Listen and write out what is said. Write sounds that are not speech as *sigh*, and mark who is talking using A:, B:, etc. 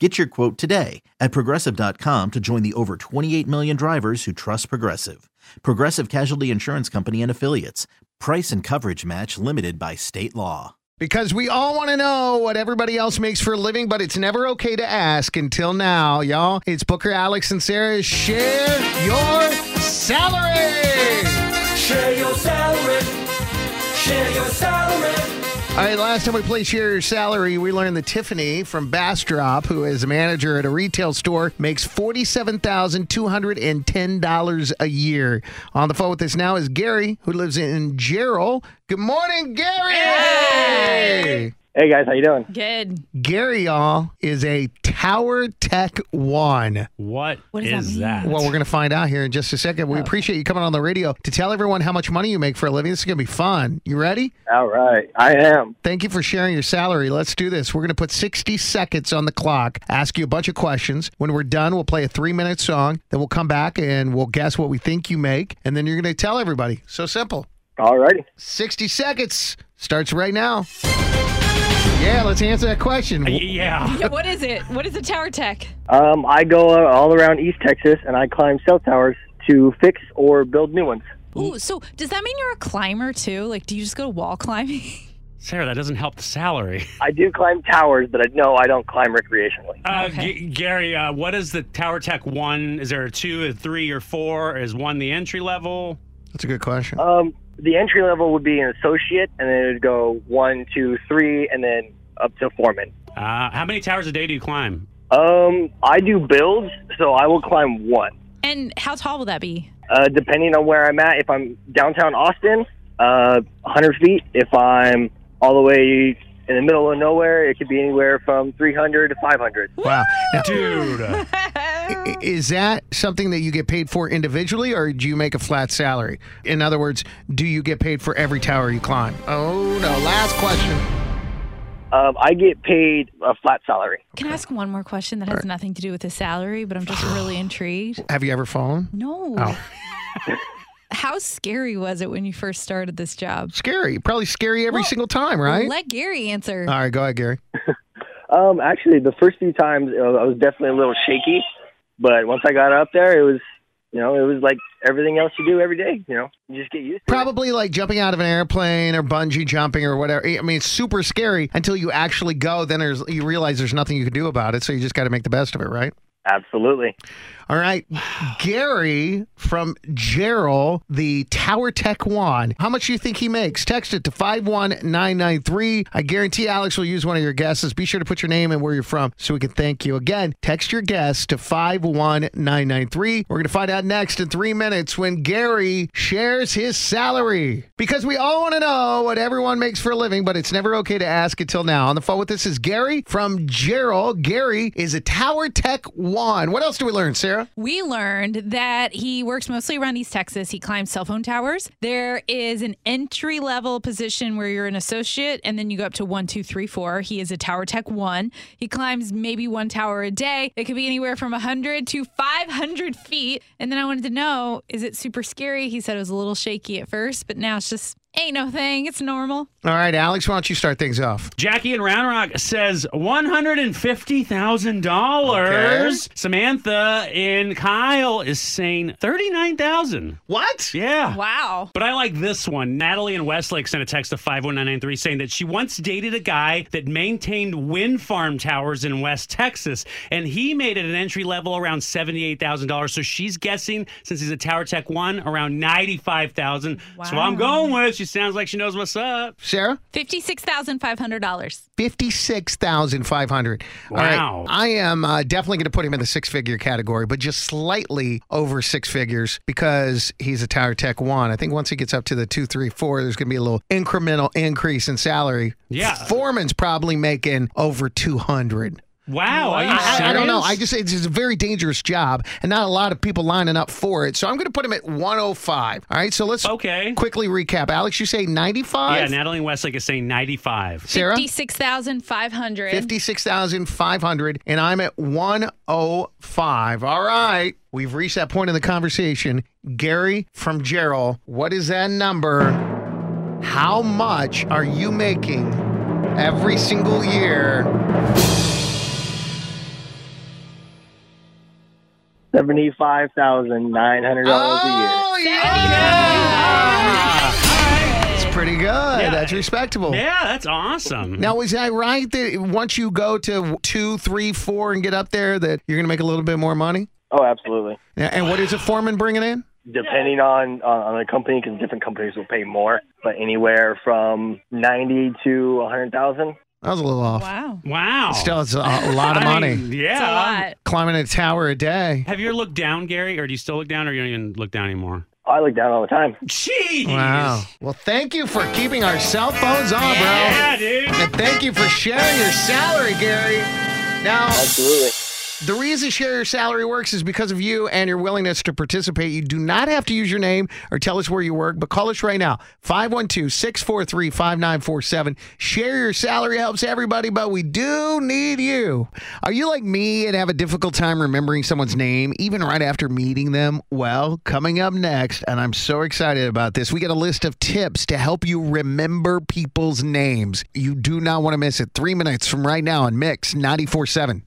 A: Get your quote today at progressive.com to join the over 28 million drivers who trust Progressive. Progressive Casualty Insurance Company and Affiliates. Price and coverage match limited by state law.
B: Because we all want to know what everybody else makes for a living, but it's never okay to ask until now, y'all. It's Booker, Alex, and Sarah. Share your salary.
C: Share your salary. Share your salary.
B: All right, last time we played Share Your Salary, we learned that Tiffany from Bastrop, who is a manager at a retail store, makes $47,210 a year. On the phone with us now is Gary, who lives in Gerald. Good morning, Gary!
D: Hey guys, how you doing?
E: Good.
B: Gary, y'all, is a Tower Tech 1.
E: What does that mean?
B: Well, we're going to find out here in just a second. We appreciate you coming on the radio to tell everyone how much money you make for a living. This is going to be fun. You ready?
D: All right, I am.
B: Thank you for sharing your salary. Let's do this. We're going to put 60 seconds on the clock, ask you a bunch of questions. When we're done, we'll play a three minute song. Then we'll come back and we'll guess what we think you make. And then you're going to tell everybody. So simple.
D: All righty.
B: 60 seconds starts right now. Yeah, let's answer that question.
F: Yeah.
E: Yeah, what is it? What is a tower tech?
D: Um, I go uh, all around East Texas and I climb cell towers to fix or build new ones.
E: Ooh, so does that mean you're a climber too? Like, do you just go wall climbing?
F: Sarah, that doesn't help the salary. *laughs*
D: I do climb towers, but I no, I don't climb recreationally.
F: Uh,
E: Oh, Okay.
F: G- Gary, uh, what is the Tower Tech one? Is there a two, a three, or four? Is one the entry level?
B: That's a good question.
D: Um, the entry level would be an associate, and then it would go one, two, three, and then up to foreman.
F: Uh, how many towers a day do you climb?
D: Um, I do builds, so I will climb one.
E: *laughs* And how tall will that be?
D: Uh, depending on where I'm at, if I'm downtown Austin, uh, 100 feet. If I'm all the way in the middle of nowhere, it could be anywhere from 300 to 500.
B: Wow. Now,
F: Dude.
B: i- is that something that you get paid for individually or do you make a flat salary? In other words, do you get paid for every tower you climb? Oh, no. Last question.
D: Um, I get paid a flat salary.
E: Can I ask one more question that has nothing to do with his salary, but I'm just
B: *sighs*
E: really intrigued?
B: Have you ever fallen?
E: No.
B: Oh.
E: *laughs* how scary was it when you first started this job?
B: Scary. Probably scary every
E: Well,
B: single time, right?
E: Let Gary answer.
B: All right, go ahead, Gary.
D: Um, actually, the first few times uh, I was definitely a little shaky, but once I got up there, it was, you know, it was like everything else you do every day. You know, you just get used. to it.
B: Probably like jumping out of an airplane or bungee jumping or whatever. I mean, it's super scary until you actually go. Then there's, you realize there's nothing you can do about it. So you just got to make the best of it, right?
D: Absolutely.
B: All right. Gary from Gerald, the Tower Tech One. How much do you think he makes? Text it to 51993. I guarantee Alex will use one of your guesses. Be sure to put your name and where you're from so we can thank you. Again, text your guess to 51993. We're going to find out next in three minutes when Gary shares his salary. Because we all want to know what everyone makes for a living, but it's never okay to ask until now. On the phone with us is Gary from Gerald. Gary is a Tower Tech One. What else do we learn, Sarah?
E: We learned that he works mostly around East Texas. He climbs cell phone towers. There is an entry level position where you're an associate and then you go up to one, two, three, four. He is a Tower Tech one. He climbs maybe one tower a day. It could be anywhere from 100 to 500 feet. And then I wanted to know is it super scary? He said it was a little shaky at first, but now it's just ain't no thing. It's normal.
B: All right, Alex, why don't you start things off?
F: Jackie in Round Rock says one hundred and fifty thousand dollars. Samantha in Kyle is saying thirty nine thousand.
B: What?
F: Yeah.
E: Wow.
F: But I like this one. Natalie in Westlake sent a text to 51993 saying that she once dated a guy that maintained wind farm towers in West Texas, and he made it an entry level around $78,000. So she's guessing, since he's a Tower Tech 1, around $95,000. So
E: Wow.
F: I'm going with, she sounds like she knows what's up.
B: Sarah?
E: $56,500.
B: Fifty-six thousand five hundred.
F: Wow.
B: I am uh, definitely going to put him in the six-figure category, but just slightly over six figures because he's a Tower Tech one. I think once he gets up to the two, three, four, there's going to be a little incremental increase in salary.
F: Yeah.
B: Foreman's probably making over two hundred.
F: Wow. Are you serious?
B: I, I don't know. I just it's just a very dangerous job, and not a lot of people lining up for it. So I'm going to put him at 105. All right. So let's
F: Okay.
B: quickly recap. Alex, you say 95.
F: Yeah, Natalie in Westlake is saying 95.
B: Sarah?
E: 56500
B: 56,500, and I'm at 105. All right. We've reached that point in the conversation. Gary from Gerald, what is that number? How much are you making every single year?
D: 75900 dollars a year.
B: Oh! That's pretty good. That's respectable.
F: Yeah, that's awesome.
B: Now, is that right that once you go to two, three, four, and get up there, that you're going to make a little bit more money?
D: Oh, absolutely.
B: Yeah, And what is a foreman bringing in?
D: Depending on on, on the company, because different companies will pay more, but anywhere from ninety to a hundred thousand.
B: That was a little off.
E: Wow.
F: Wow.
B: Still, it's a, a lot of
F: *laughs* I
B: money.
F: mean, yeah.
E: That's a lot.
B: Climbing a tower a day.
F: Have you ever looked down, Gary, or do you still look down, or you don't even look down anymore?
D: I look down all the time.
F: Jeez.
B: Wow. Well, thank you for keeping our cell phones on, bro.
F: Yeah, dude.
B: And thank you for sharing your salary, Gary. Now,
D: Absolutely.
B: The reason Share Your Salary works is because of you and your willingness to participate. You do not have to use your name or tell us where you work, but call us right now 512 643 5947. Share Your Salary helps everybody, but we do need you. Are you like me and have a difficult time remembering someone's name even right after meeting them? Well, coming up next, and I'm so excited about this, we got a list of tips to help you remember people's names. You do not want to miss it. Three minutes from right now on Mix 94 7.